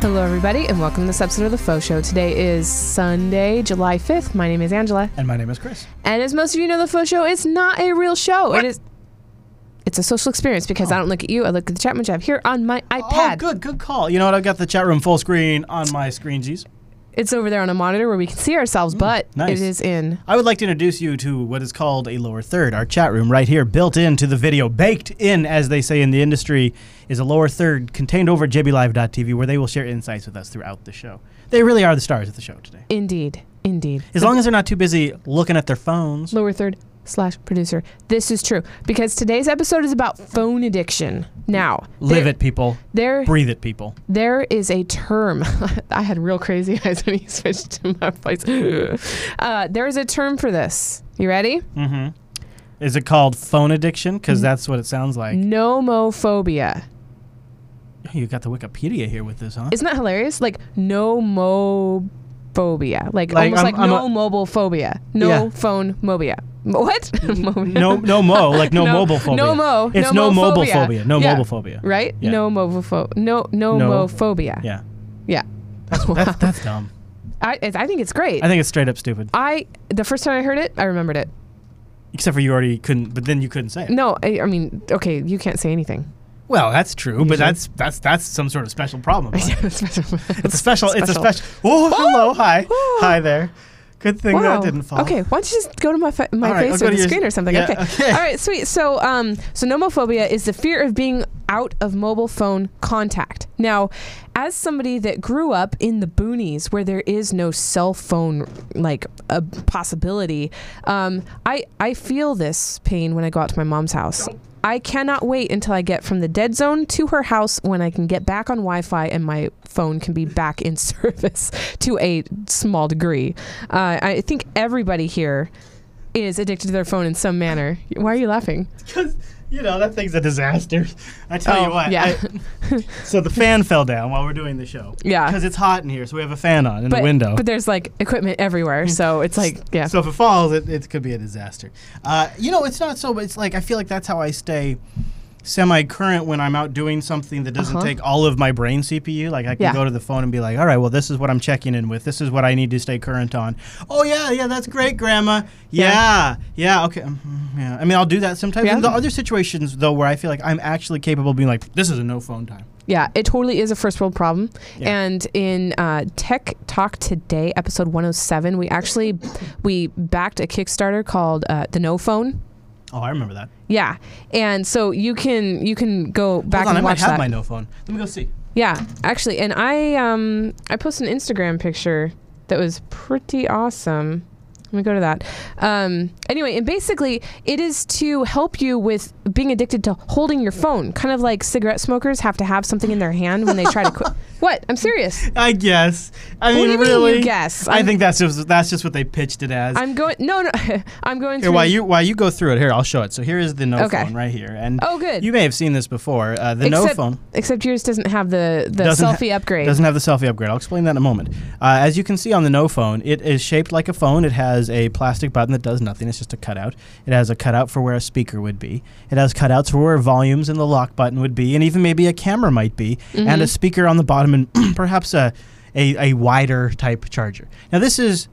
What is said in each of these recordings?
Hello, everybody, and welcome to this episode of The Faux Show. Today is Sunday, July 5th. My name is Angela. And my name is Chris. And as most of you know, The Faux Show is not a real show. It is. It's a social experience because I don't look at you. I look at the Chapman Jab here on my Oh, iPad. good, good call. You know what? I've got the chat room full screen on my screen, G's. It's over there on a monitor where we can see ourselves, but Mm, nice. it is in. I would like to introduce you to what is called a lower third. Our chat room right here, built into the video, baked in, as they say in the industry, is a lower third contained over at jblive.tv where they will share insights with us throughout the show. They really are the stars of the show today. Indeed. Indeed. As long as they're not too busy looking at their phones. lower third slash producer. This is true because today's episode is about phone addiction. Now, Live there- it, people. There, Breathe it, people. there is a term. I had real crazy eyes when he switched to my place. Uh, there is a term for this. You ready? Mm-hmm. Is it called phone addiction? Because that's what it sounds like. Nomophobia. You got the Wikipedia here with this, huh? Isn't that hilarious? Like nomophobia. Like, Like, almost I'm- like I'm no a- mobile phobia. No Yeah. phone mobia. What? Mobia. no, no mo, like no, mobile phobia. No mo. It's no, mobile phobia. No mobile phobia. Right? Yeah. No mobopho- No nomophobia. Yeah, Yeah. that's, that's dumb. I, it- I think it's great. I think it's straight up stupid. I the first time I heard it, I remembered it. Except for you already couldn't, but then you couldn't say it. No, I, I mean, okay, you can't say anything. Well, that's true, but that's that's that's some sort of special problem. it's it's a a special. It's a special. Oh, hello, hi, Oh. hi there. Good thing that didn't fall. Okay, why don't you just go to my fa- my All right, I'll face go or to the yours. screen or something? Yeah, okay. okay. All right, sweet. So, um, so nomophobia is the fear of being out of mobile phone contact. Now, as somebody that grew up in the boonies where there is no cell phone like a possibility, um, I I feel this pain when I go out to my mom's house. I cannot wait until I get from the dead zone to her house when I can get back on Wi Fi and my phone can be back in service to a small degree. Uh, I think everybody here is addicted to their phone in some manner. Why are you laughing? Because you know that thing's a disaster. I tell you Oh, what. yeah. I- so the fan fell down while we're doing the show. Yeah. Because it's hot in here, so we have a fan on in the window. Mm. But there's like equipment everywhere, so it's like yeah. So if it falls, it, it could be a disaster. Uh, you know, it's not so. but It's like I feel like that's how I stay semi-current when I'm out doing something that doesn't Uh-huh. take all of my brain CPU. Like I can Yeah. go to the phone and be like, "All right, well, this is what I'm checking in with. This is what I need to stay current on." Oh yeah, yeah, that's great, Grandma. Yeah, yeah, okay. mhm, yeah. I mean, I'll do that sometimes. Yeah. In the other situations though, where I feel like I'm actually capable of being like, "This is a no phone time." Yeah, it totally is a first world problem. Yeah. And in uh, Tech Talk today, episode 107, we actually we backed a Kickstarter called uh, the No Phone. Oh, I remember that. Yeah, and so you can you can go back Hold on, and I might watch have that. my no phone. Let me go see. Yeah, actually, and I um I posted an Instagram picture that was pretty awesome. Let me go to that. Um, anyway, and basically, it is to help you with being addicted to holding your phone, kind of like cigarette smokers have to have something in their hand when they try to quit. What? I'm serious. I guess. I What mean, do you mean you really? guess? I I'm- think that's just that's just what they pitched it as. I'm going. No, no. I'm going Here, through. while you while you go through it, here I'll show it. So here is the no Okay. phone right here, and Oh, good. you may have seen this before. Uh, the no except, phone Except yours doesn't have the the Doesn't ha- selfie upgrade. doesn't have the selfie upgrade. I'll explain that in a moment. Uh, as you can see on the no phone, it is shaped like a phone. It has a plastic button that does nothing. It's just a cutout. It has a cutout for where a speaker would be. It has cutouts for where volumes and the lock button would be, and even maybe a camera might be, and Mm-hmm. a speaker on the bottom, and perhaps a, a a wider type charger. Now this is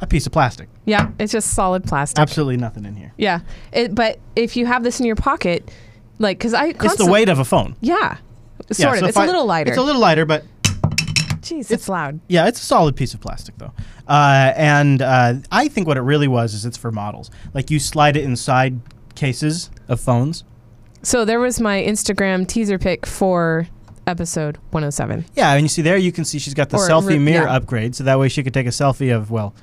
a piece of plastic. yeah, it's just solid plastic. Absolutely nothing in here. Yeah, it, but if you have this in your pocket, like, cause I It's the constant- weight of a phone. Yeah, sort Yeah, of. so if it's a I- little lighter. It's a little lighter, but Jeez, it's, loud. yeah, it's a solid piece of plastic though. Uh, and uh, I think what it really was is it's for models. Like you slide it inside cases of phones. So there was my Instagram teaser pic for episode 107. Yeah, and you see there, you can see she's got the Or selfie re- mirror yeah. upgrade, so that way she could take a selfie of well,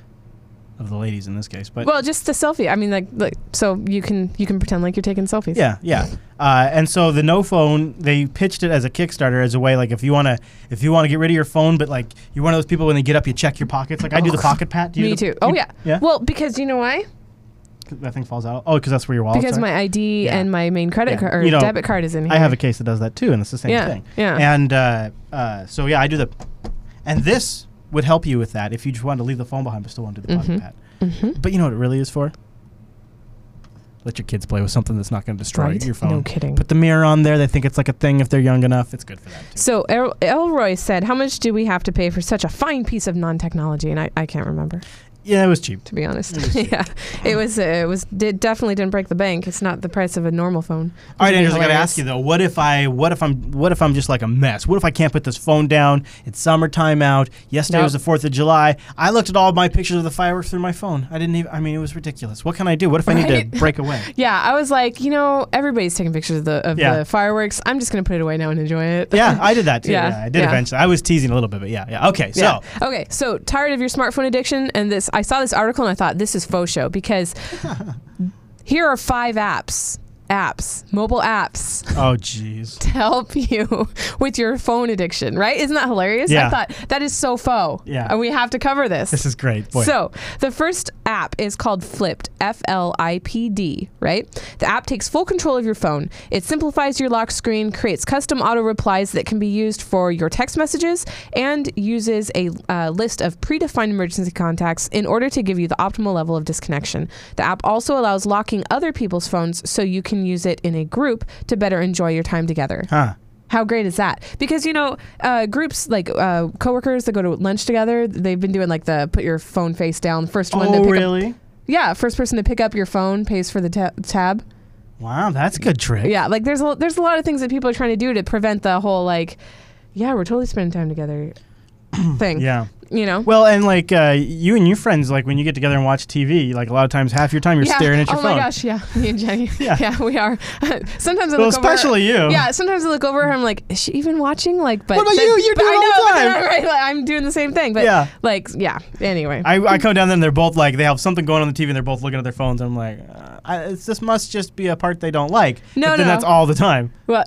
of the ladies in this case. But Well, just the selfie. I mean, like, like so you can you can pretend like you're taking selfies. Yeah, yeah. Uh, and so the no phone, they pitched it as a Kickstarter as a way like if you wanna if you wanna get rid of your phone, but like you're one of those people when they get up, you check your pockets. Like I do the pocket pat. Do you Me do the- too. Oh you- yeah. Yeah. Well, because you know why? 'Cause that thing falls out. Oh, because that's where your wallet. Because my ID Yeah. and my main credit Yeah. card or You know, debit card is in here. I have a case that does that too, and it's the same Yeah, thing. yeah. And uh, uh, so yeah, I do the, and this would help you with that if Mm-hmm. you just wanted to leave the phone behind but still want to do the pocket pat. But you know what it really is for? Let your kids play with something that's not going to destroy right? your phone. No kidding. Put the mirror on there. They think it's like a thing if they're young enough. It's good for that. Too. So El- Elroy said, "How much do we have to pay for such a fine piece of non-technology?" And I, I can't remember Yeah, it was cheap. to be honest. Let me see. yeah, it was uh, it was did, definitely didn't break the bank. It's not the price of a normal phone. All right, It'd be Andrews, I gotta hilarious. ask you though. What if I? What if I'm? What if I'm just like a mess? What if I can't put this phone down? It's summertime out. Yesterday Nope. was the Fourth of July. I looked at all my pictures of the fireworks through my phone. I didn't even. I mean, it was ridiculous. What can I do? What if I need Right? to break away? Yeah, I was like, you know, everybody's taking pictures of the of Yeah. the fireworks. I'm just gonna put it away now and enjoy it. Yeah, I did that too. Yeah, Yeah, I did yeah. eventually. I was teasing a little bit, but yeah, yeah. Okay, so Yeah. okay, so tired of your smartphone addiction, and this I saw this article and I thought this is faux show because here are five apps, apps, mobile apps oh jeez. to help you with your phone addiction. Right? Isn't that hilarious? Yeah. I thought that is so faux. Yeah. and we have to cover this. This is great. Boy. So the first app is called Flipped, F L I P D, right? The app takes full control of your phone. It simplifies your lock screen, creates custom auto replies that can be used for your text messages, and uses a uh, list of predefined emergency contacts in order to give you the optimal level of disconnection. The app also allows locking other people's phones so you can use it in a group to better enjoy your time together. huh. How great is that? Because you know, uh, groups like uh, coworkers that go to lunch together, they've been doing like the put your phone face down. First one to Oh pick up, really? yeah, first person to pick up your phone pays for the ta- tab. Wow, that's a good trick. Yeah, like there's a, there's a lot of things that people are trying to do to prevent the whole like, yeah, we're totally spending time together thing. Yeah. You know. Well, and like uh, you and your friends, like when you get together and watch TV, like a lot of times, half your time you're yeah. staring at your oh phone. my gosh, yeah, me and Jenny. Yeah. yeah. we are. sometimes I Well, look over- especially you. Yeah, sometimes I look over and I'm like, is she even watching? Like, but What about then- you? You but do it I all know, the but then time. I'm, right, like, I'm doing the same thing. But Yeah. like, yeah. Anyway, I, I come down there and they're both like they have something going on the TV and they're both looking at their phones. I'm like, uh, I, it's, this must just be a part they don't like. No, but then no. that's all the time. well,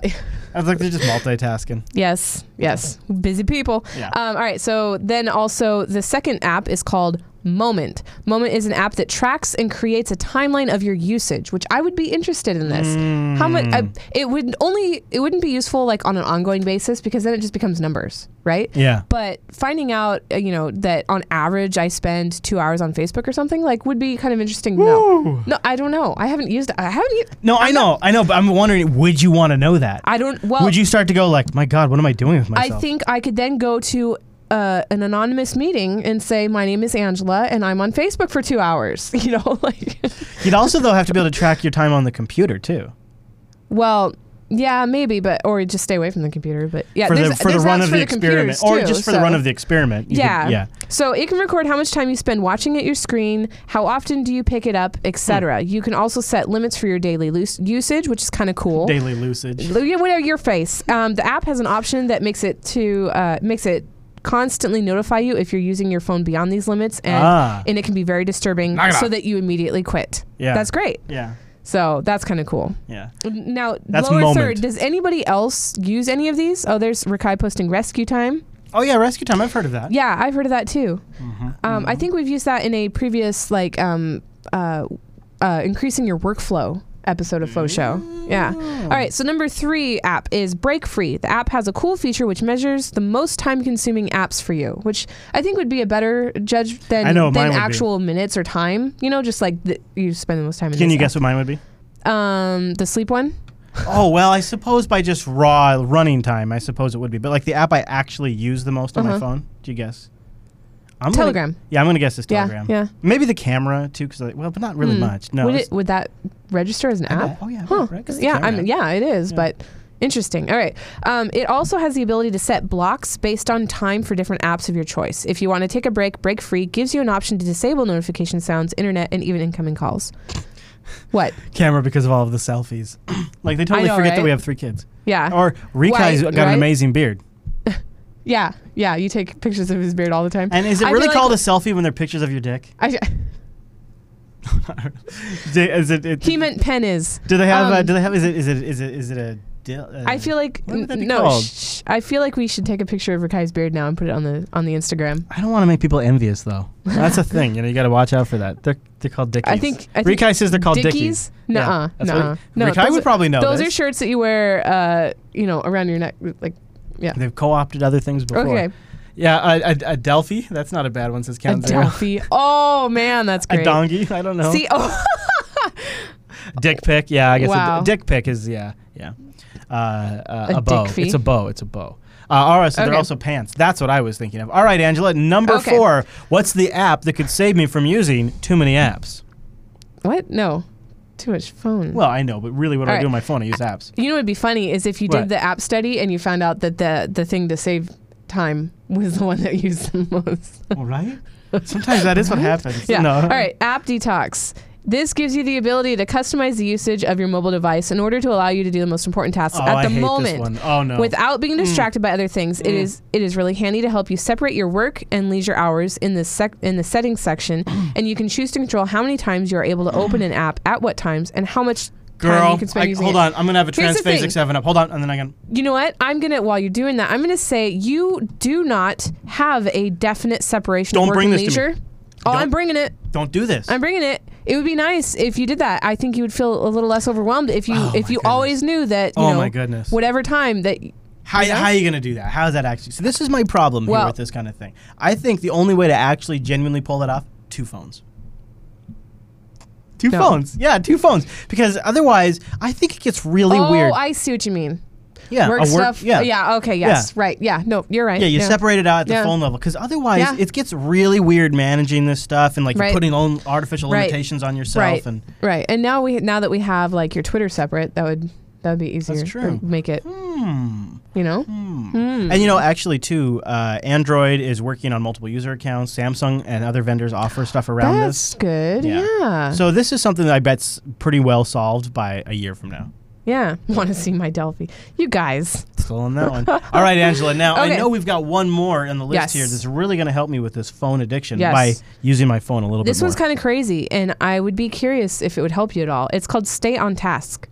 I was like, they're just multitasking. yes, yes, busy people. Yeah. Um, all right. So then also the second app is called Moment. Moment is an app that tracks and creates a timeline of your usage, which I would be interested in this. How Hmm. much? I, it would only it wouldn't be useful like on an ongoing basis because then it just becomes numbers, right? yeah. But finding out, uh, you know, that on average I spend two hours on Facebook or something like would be kind of interesting to know. Woo. No, I don't know. I haven't used. I haven't. u- No, I know, I know, but I'm wondering, would you want to know that? I don't. Well, would you start to go like, my God, what am I doing with myself? Oh. I think I could then go to uh, an anonymous meeting and say, "My name is Angela, and I'm on Facebook for two hours." You know, like, You'd also though have to be able to track your time on the computer too. well, yeah, maybe, but or just stay away from the computer. But yeah, for the, there's, for the there's run apps of for the, computers, experiment, too, or just for so- the run of the experiment. you could- Yeah. yeah. So it can record how much time you spend watching at your screen, how often do you pick it up, etc. Hmm. You can also set limits for your daily loose usage, which is kind of cool. Daily lucid. Lo- yeah, whatever your face. Um, the app has an option that makes it to uh, makes it constantly notify you if you're using your phone beyond these limits, and Ah. and it can be very disturbing, Knock it so off. that you immediately quit. Yeah. that's great. Yeah. So that's kind of cool. Yeah. N- Now, That's lower moment. third. Does anybody else use any of these? Oh, there's Rakai posting rescue time. Oh yeah, rescue time. I've heard of that. Yeah, I've heard of that too. Mhm. Um, I think we've used that in a previous like um, uh, uh, increasing your workflow episode of Faux Show. Yeah. All right. So number three app is Break Free. The app has a cool feature which measures the most time-consuming apps for you, which I think would be a better judge than I know what mine than would be. actual minutes or time. You know, just like th- you spend the most time. In Can this you guess what mine would be? app. Um, the sleep one. Oh well, I suppose by just raw running time, I suppose it would be. But like the app I actually use the most on my Uh-huh. phone, do you guess? I'm gonna- Telegram. yeah, I'm gonna guess it's Yeah, Telegram. yeah. Maybe the camera too, because well, but not really Hmm. much. No. Would it's- it? Would that register as an I app? bet. Oh yeah. I Huh. bet, right? 'Cause it's a Yeah, I camera. mean, yeah, it is, Yeah. but interesting. All right. Um, it also has the ability to set blocks based on time for different apps of your choice. If you want to take a break, break free gives you an option to disable notification sounds, internet, and even incoming calls. What? Camera because of all of the selfies. like they totally know, forget that right? we have three kids. Yeah. Or Right, Rikai's got an right? amazing beard. yeah. Yeah. You take pictures of his beard all the time. And is it I feel really like- called a selfie when they're pictures of your dick? I, is it, it- he meant pen is. do they have? uh, um, do they have? Is it? Is it? Is it? Is it a? Dil, uh, I feel like What would that be no. called? Sh- I feel like we should take a picture of Rakai's beard now and put it on the on the Instagram. I don't want to make people envious, though. That's a thing. You know, you got to watch out for that. They're they're called dickies. I think I think Rikai says they're called dickies. Dickies? Yeah, Nuh-uh. that's what- nuh-uh. No, Rikai those would are- probably know. Those this. are shirts that you wear, uh, you know, around your neck, like. They've co-opted other things before. Okay, Yeah, a, a, a Delphi. That's not a bad one. Says a count zero. Delphi. Oh man, that's A great. donkey. I don't know. See, oh, Dick pic, yeah, I guess Wow. a d- dick pic is yeah, yeah. Uh, uh, A a, bow. dick fee? It's a bow. It's a bow. Uh, all right, so they're Okay. also pants. That's what I was thinking of. All right, Angela, number Okay. four. What's the app that could save me from using too many apps? What? No. Too much phone. Well, I know, but really, what Mm. do All I right. do on my phone? I use apps. you know what'd be funny is if you did What? the app study and you found out that the the thing to save time was the one that you used the most. All right. Sometimes that is what happens. Yeah. No. All right. App detox. This gives you the ability to customize the usage of your mobile device in order to allow you to do the most important tasks Oh, at the I hate moment. this one. Oh Hmm. no. Without being distracted by other things, it is it is really handy to help you separate your work and leisure hours in the sec- in the settings section, and you can choose to control how many times you are able to open an app at what times and how much time Girl, you can spend I, using hold it. on. I'm gonna have a Here's the thing. transphasic seven up. Hold on, and then I can. You know what? I'm gonna while you're doing that, I'm gonna say you do not have a definite separation Don't of work bring and this to me. leisure. Oh, I'm Don't- bringing it. Don't do this. I'm bringing it. It would be nice if you did that. I think you would feel a little less overwhelmed if you Oh, if my you goodness. always knew that. You Oh, know, my goodness. Whatever time that. How, You know? how are you going to do that? How is that actually? So this is my problem Well- here with this kind of thing. I think the only way to actually genuinely pull that off, two phones. Two No. phones. Yeah, two phones. Because otherwise, I think it gets really oh, weird. I see what you mean. yeah, work, a stuff. Yeah. Okay. Yes. Yeah. Right. Yeah. No. You're right. Yeah, you separate it out at the Yeah. phone level because otherwise Yeah. it gets really weird managing this stuff and like Right. you're putting on artificial Right. limitations on yourself Right. and Right. And now we now that we have like your Twitter separate, that would that would be easier. That's true. That would Make it. hmm. You know. Hmm. And you know, actually, too, uh, Android is working on multiple user accounts. Samsung and other vendors offer stuff around That's this. good. Yeah. Yeah. Yeah. So this is something that I bet's pretty well solved by a year from now. Want to see my Delphi? You guys. Still on that one. All right, Angela. Now Okay. I know we've got one more on the list Yes. here that's really going to help me with this phone addiction Yes. by using my phone a little This bit more. one's kind of crazy, and I would be curious if it would help you at all. It's called Stay on Task.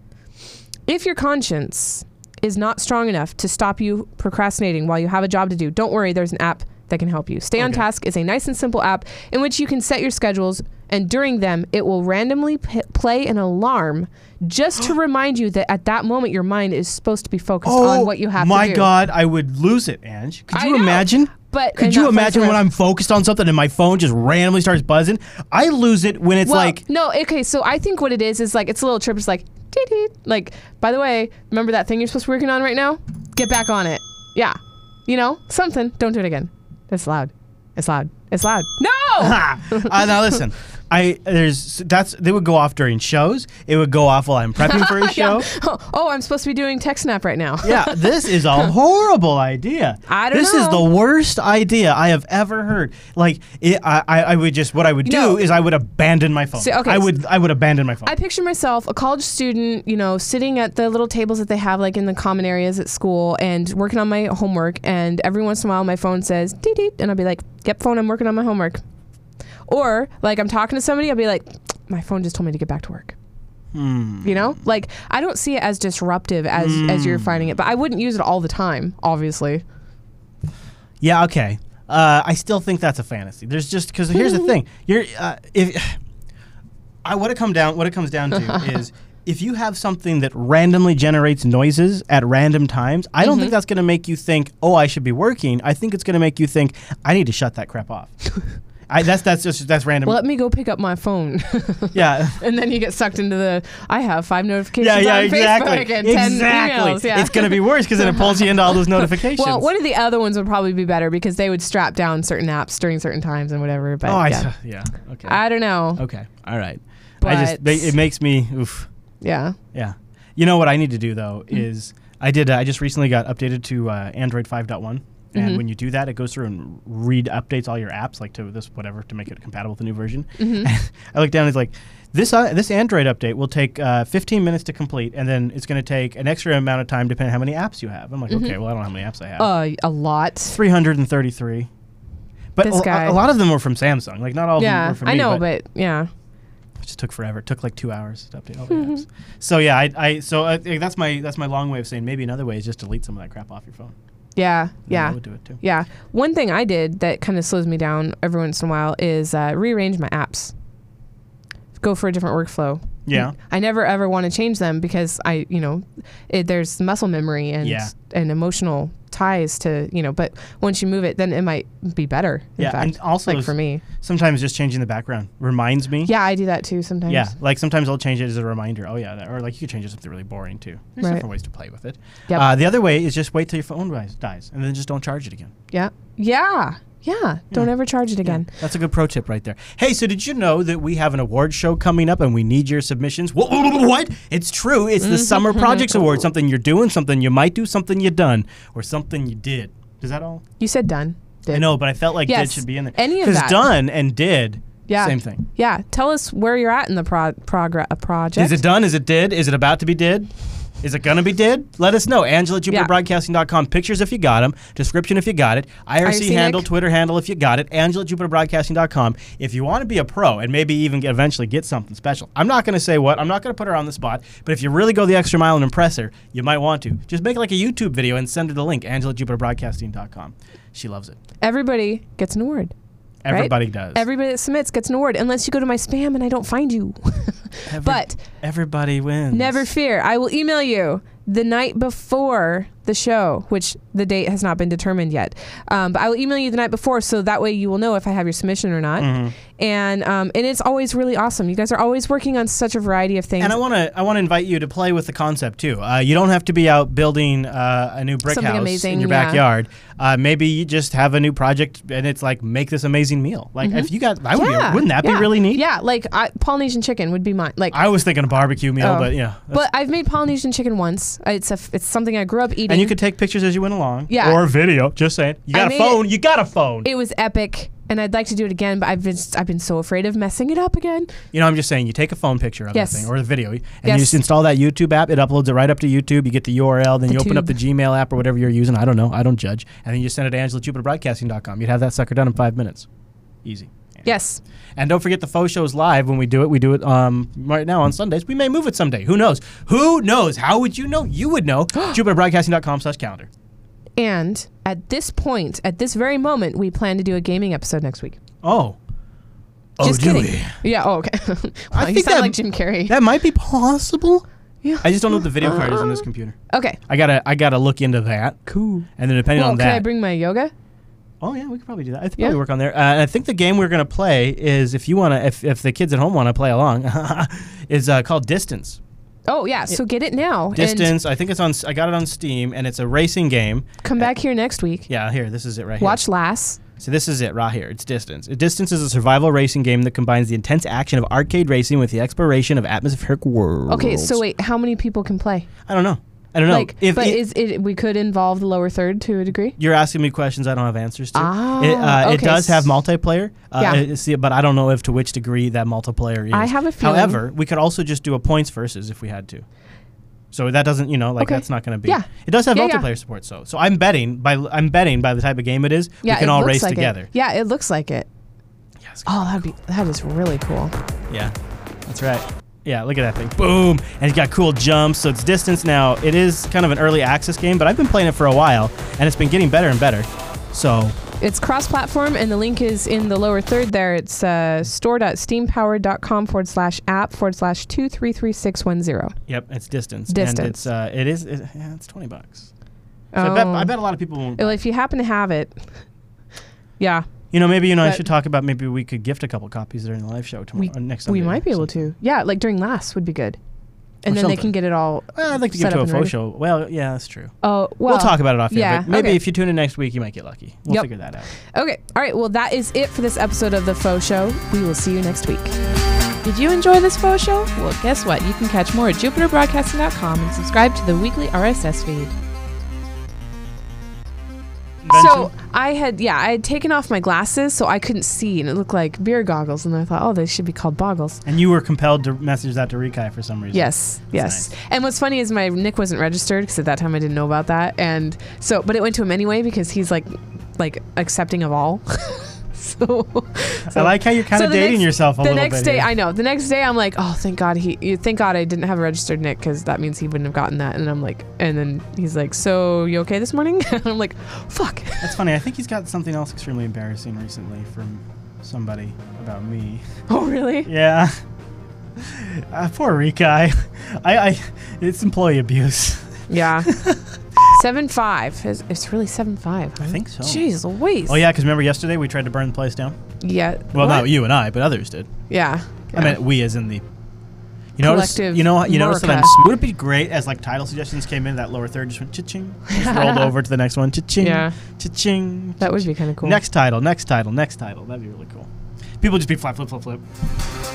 If your conscience is not strong enough to stop you procrastinating while you have a job to do, don't worry, there's an app that can help you. Stay on Okay. Task is a nice and simple app in which you can set your schedules, and during them, it will randomly p- play an alarm just to remind you that at that moment, your mind is supposed to be focused oh on what you have my to do. God, I would lose it, Ange. Could I you know. imagine? But Could and you that flies imagine when around. I'm focused on something and my phone just randomly starts buzzing? I lose it when it's well, like no okay so i think what it is is like it's a little trip it's like dee dee. like by the way remember that thing you're supposed to be working on right now get back on it yeah you know something don't do it again it's loud it's loud it's loud no Ah, uh, now listen, I there's that's they would go off during shows. It would go off while I'm prepping for a show. oh, oh, i'm supposed to be doing tech snap right now yeah. this is a horrible idea. I don't this is the know. worst idea I have ever heard. Like it, I, I, I would just what I would do No. is I would abandon my phone. So, okay, I so- would I would abandon my phone. I picture myself, a college student, you know, sitting at the little tables that they have, like in the common areas at school, and working on my homework. And every once in a while, my phone says, dee dee, and I'll be like, yep, phone, I'm working on my homework. Or, like, I'm talking to somebody, I'll be like, my phone just told me to get back to work. Hmm. You know, like I don't see it as disruptive as as Hmm. you're finding it, but I wouldn't use it all the time, obviously. yeah, okay. Uh, I still think that's a fantasy. There's just because here's the thing. You're uh, if I what it come down what it comes down to is if you have something that randomly generates noises at random times, I Mm-hmm. don't think that's going to make you think, "Oh, I should be working." I think it's going to make you think, "I need to shut that crap off." I, that's that's just that's random. Well, let me go pick up my phone, yeah. and then you get sucked into the. I have five notifications Yeah, yeah, on exactly. Facebook and ten exactly. emails. Yeah. It's going to be worse because then it pulls you into all those notifications. Well, one of the other ones would probably be better because they would strap down certain apps during certain times and whatever. But oh, I, yeah. yeah. Okay. I don't know. okay. All right. I But- just they, it makes me oof. Yeah. Yeah. You know what I need to do though Mm-hmm. is I did. Uh, I just recently got updated to uh, Android 5.1. And Mm-hmm. when you do that, it goes through and read updates all your apps, like to this whatever, to make it compatible with the new version. Mm-hmm. I look down, and it's like this. Uh, this Android update will take uh, 15 minutes to complete, and then it's going to take an extra amount of time depending on how many apps you have. I'm like, Mm-hmm. okay, well, I don't know how many apps I have. Uh, a lot. 333. But This a- a- guy. A, lot of them were from Samsung. Like not all Yeah, of them were from I me, know, but, yeah. it just took forever. It took like two hours to update all the Mm-hmm. apps. So yeah, I, I so uh, eh, that's my that's my long way of saying maybe another way is just delete some of that crap off your phone. Yeah. Yeah. I would do it too. Yeah. One thing I did that kind of slows me down every once in a while is uh, rearrange my apps. Go for a different workflow. Yeah. I never ever want to change them because I, you know, it, there's muscle memory and Yeah. and emotional ties to you know. But once you move it, then it might be better. In Yeah, fact. and also like s- for me, Sometimes just changing the background reminds me. yeah, I do that too sometimes. Mm-hmm. Yeah, like sometimes I'll change it as a reminder. Oh yeah, that, or like you could change it to something really boring too. There's Right. different ways to play with it. Yep. Uh, the other way is just wait till your phone dies, dies, and then just don't charge it again. yeah, yeah, yeah. Don't ever charge it again. That's a good pro tip right there. Hey, so did you know that we have an award show coming up and we need your submissions? Wha- wha- wha- What? It's true. It's Mm-hmm. the Summer Projects Award. Something you're doing, something you might do, something you done, or something you did. Is that all? You said done. Did. I know, but I felt like did Yes. should be in there. Any of that. Because done and did, Yeah. same thing. Yeah. Tell us where you're at in the pro- progr- uh, project. Is it done? Is it did? Is it about to be did? Is it going to be did? Let us know. Angela at Yeah. JupiterBroadcasting.com. Pictures if you got them. Description if you got it. IRC IRC handle, Nick. Twitter handle if you got it. Angela at JupiterBroadcasting.com. If you want to be a pro and maybe even get, eventually get something special. I'm not going to say what. I'm not going to put her on the spot. But if you really go the extra mile and impress her, you might want to. Just make like a YouTube video and send her the link. Angela at JupiterBroadcasting.com. She loves it. Everybody gets an award. right? Everybody does. Everybody that submits gets an award, unless you go to my spam and I don't find you. Every- but everybody wins. never fear, I will email you the night before the show, which the date has not been determined yet. Um, but I will email you the night before, so that way you will know if I have your submission or not. Mm-hmm. And um, and it's always really awesome. You guys are always working on such a variety of things. And I want to I want to invite you to play with the concept too. Uh, you don't have to be out building uh, a new brick Something house in amazing, your yeah. backyard. Uh, maybe you just have a new project and it's like make this amazing meal. Like if you got, I would Mm-hmm. yeah, be, Oh, wouldn't that yeah, be really neat? Yeah, like I, Polynesian chicken would be mine. Like I was thinking a barbecue meal, Oh. but yeah. But I've made Polynesian chicken once. It's a it's something I grew up eating. and you could take pictures as you went along. Yeah. Or video. Just saying. You I got a made phone. You got a phone. it was epic, and I'd like to do it again, but I've been I've been so afraid of messing it up again. You know, I'm just saying, you take a phone picture of Yes. the thing or the video, and Yes. you just install that YouTube app. It uploads it right up to YouTube. You get the URL, then The you open up the tube. Gmail app or whatever you're using. I don't know. I don't judge. And then you send it to AngelaJupiterBroadcasting.com. You'd have that sucker done in five minutes. Easy. Yes, And don't forget the faux show is live when we do it. We do it um, right now on Sundays. We may move it someday. Who knows? Who knows? How would you know? You would know. JupiterBroadcasting.com slash calendar. and at this point, at this very moment, we plan to do a gaming episode next week. Oh. Just kidding. Yeah. Oh, okay. well, I you think sound that- like Jim Carrey. That might be possible. yeah. I just don't know what the video card is on this computer. okay. I gotta, I gotta look into that. Cool. And then depending Well, on could that, I bring my yoga? Oh yeah, we could probably do that. I could Yeah. probably work on there. Uh, and I think the game we're gonna play is if you wanna, if, if the kids at home wanna play along, is uh, called Distance. Oh yeah. So get it now. And Distance. I think it's on. I got it on Steam, and it's a racing game. come back here next week. Yeah, here. This is it right here. Watch Lass. So this is it right here. It's Distance. Distance is a survival racing game that combines the intense action of arcade racing with the exploration of atmospheric worlds. Okay. So wait, how many people can play? I don't know. I don't know. like, but it- is it? We could involve the lower third to a degree. you're asking me questions I don't have answers to. Ah, it, uh, it okay. does have multiplayer, uh, Yeah. it- see, but I don't know if to which degree that multiplayer is. I have a feeling- However, we could also just do a points versus if we had to. So that doesn't, you know, like Okay. that's not going to be. Yeah. It does have Yeah, yeah. multiplayer support, so so I'm betting by I'm betting by the type of game it is, Yeah, we can it all looks race like it. together. Yeah, it looks like it. Yes. Oh, that'd be that is really cool. Yeah, that's right. Yeah, look at that thing. Boom! And it's got cool jumps, so it's distance now. It is kind of an early access game, but I've been playing it for a while, and it's been getting better and better. So It's cross-platform, and the link is in the lower third there. It's uh, store.steampower.com forward slash app forward slash two three three six one zero. Yep, it's distance. And Distance. Oh. it's uh, it is it, yeah, it's twenty bucks. So I, bet, I bet a lot of people won't. Well, if you happen to have it, yeah, You know, maybe you know. I but- should talk about maybe we could gift a couple copies during the live show tomorrow we or next. we Sunday might be or able something. to. Yeah, like during last would be good, and Or then they something. can get it all. Well, I'd like to set give to up a and faux ready. show. Well, yeah, that's true. Oh well, we'll talk about it off air, yeah, but Maybe okay. if you tune in next week, you might get lucky. We'll Yep. figure that out. Okay. All right. Well, that is it for this episode of The Faux Show. We will see you next week. Did you enjoy this Faux Show? Well, guess what? You can catch more at JupiterBroadcasting.com and subscribe to the weekly RSS feed. So Invention? I had, yeah, I had taken off my glasses so I couldn't see, and it looked like beer goggles. And I thought, oh, they should be called boggles. and you were compelled to message that to Rikai for some reason. Yes, yes. And what's funny is my Nick wasn't registered because at that time I didn't know about that, and so but it went to him anyway because he's like, like accepting of all. so, so- I like how you're kind so of the dating next- yourself a the little next bit. day, here. I know. The next day, I'm like, oh, thank God he. you- Thank God I didn't have a registered Nick because that means he wouldn't have gotten that. And I'm like, and then he's like, so you okay this morning? and I'm like, fuck. That's funny. I think he's got something else extremely embarrassing recently from somebody about me. Oh really? Yeah. Uh, poor Rikai. I, I, it's employee abuse. Yeah. Seven five. It's, it's really seven five. I think so. Jeez Louise. Oh yeah, because remember yesterday we tried to burn the place down. Yeah. Well, what? not you and I, but others did. Yeah. I meant we as in the. You notice, Collective you know, you notice that I'm. America. Would it be great as like title suggestions came in that lower third just went cha-ching, just rolled over to the next one cha-ching, Yeah. cha-ching. That would be kind of cool. Next title, next title, next title. That'd be really cool. People just be flap, flip, flip, flip.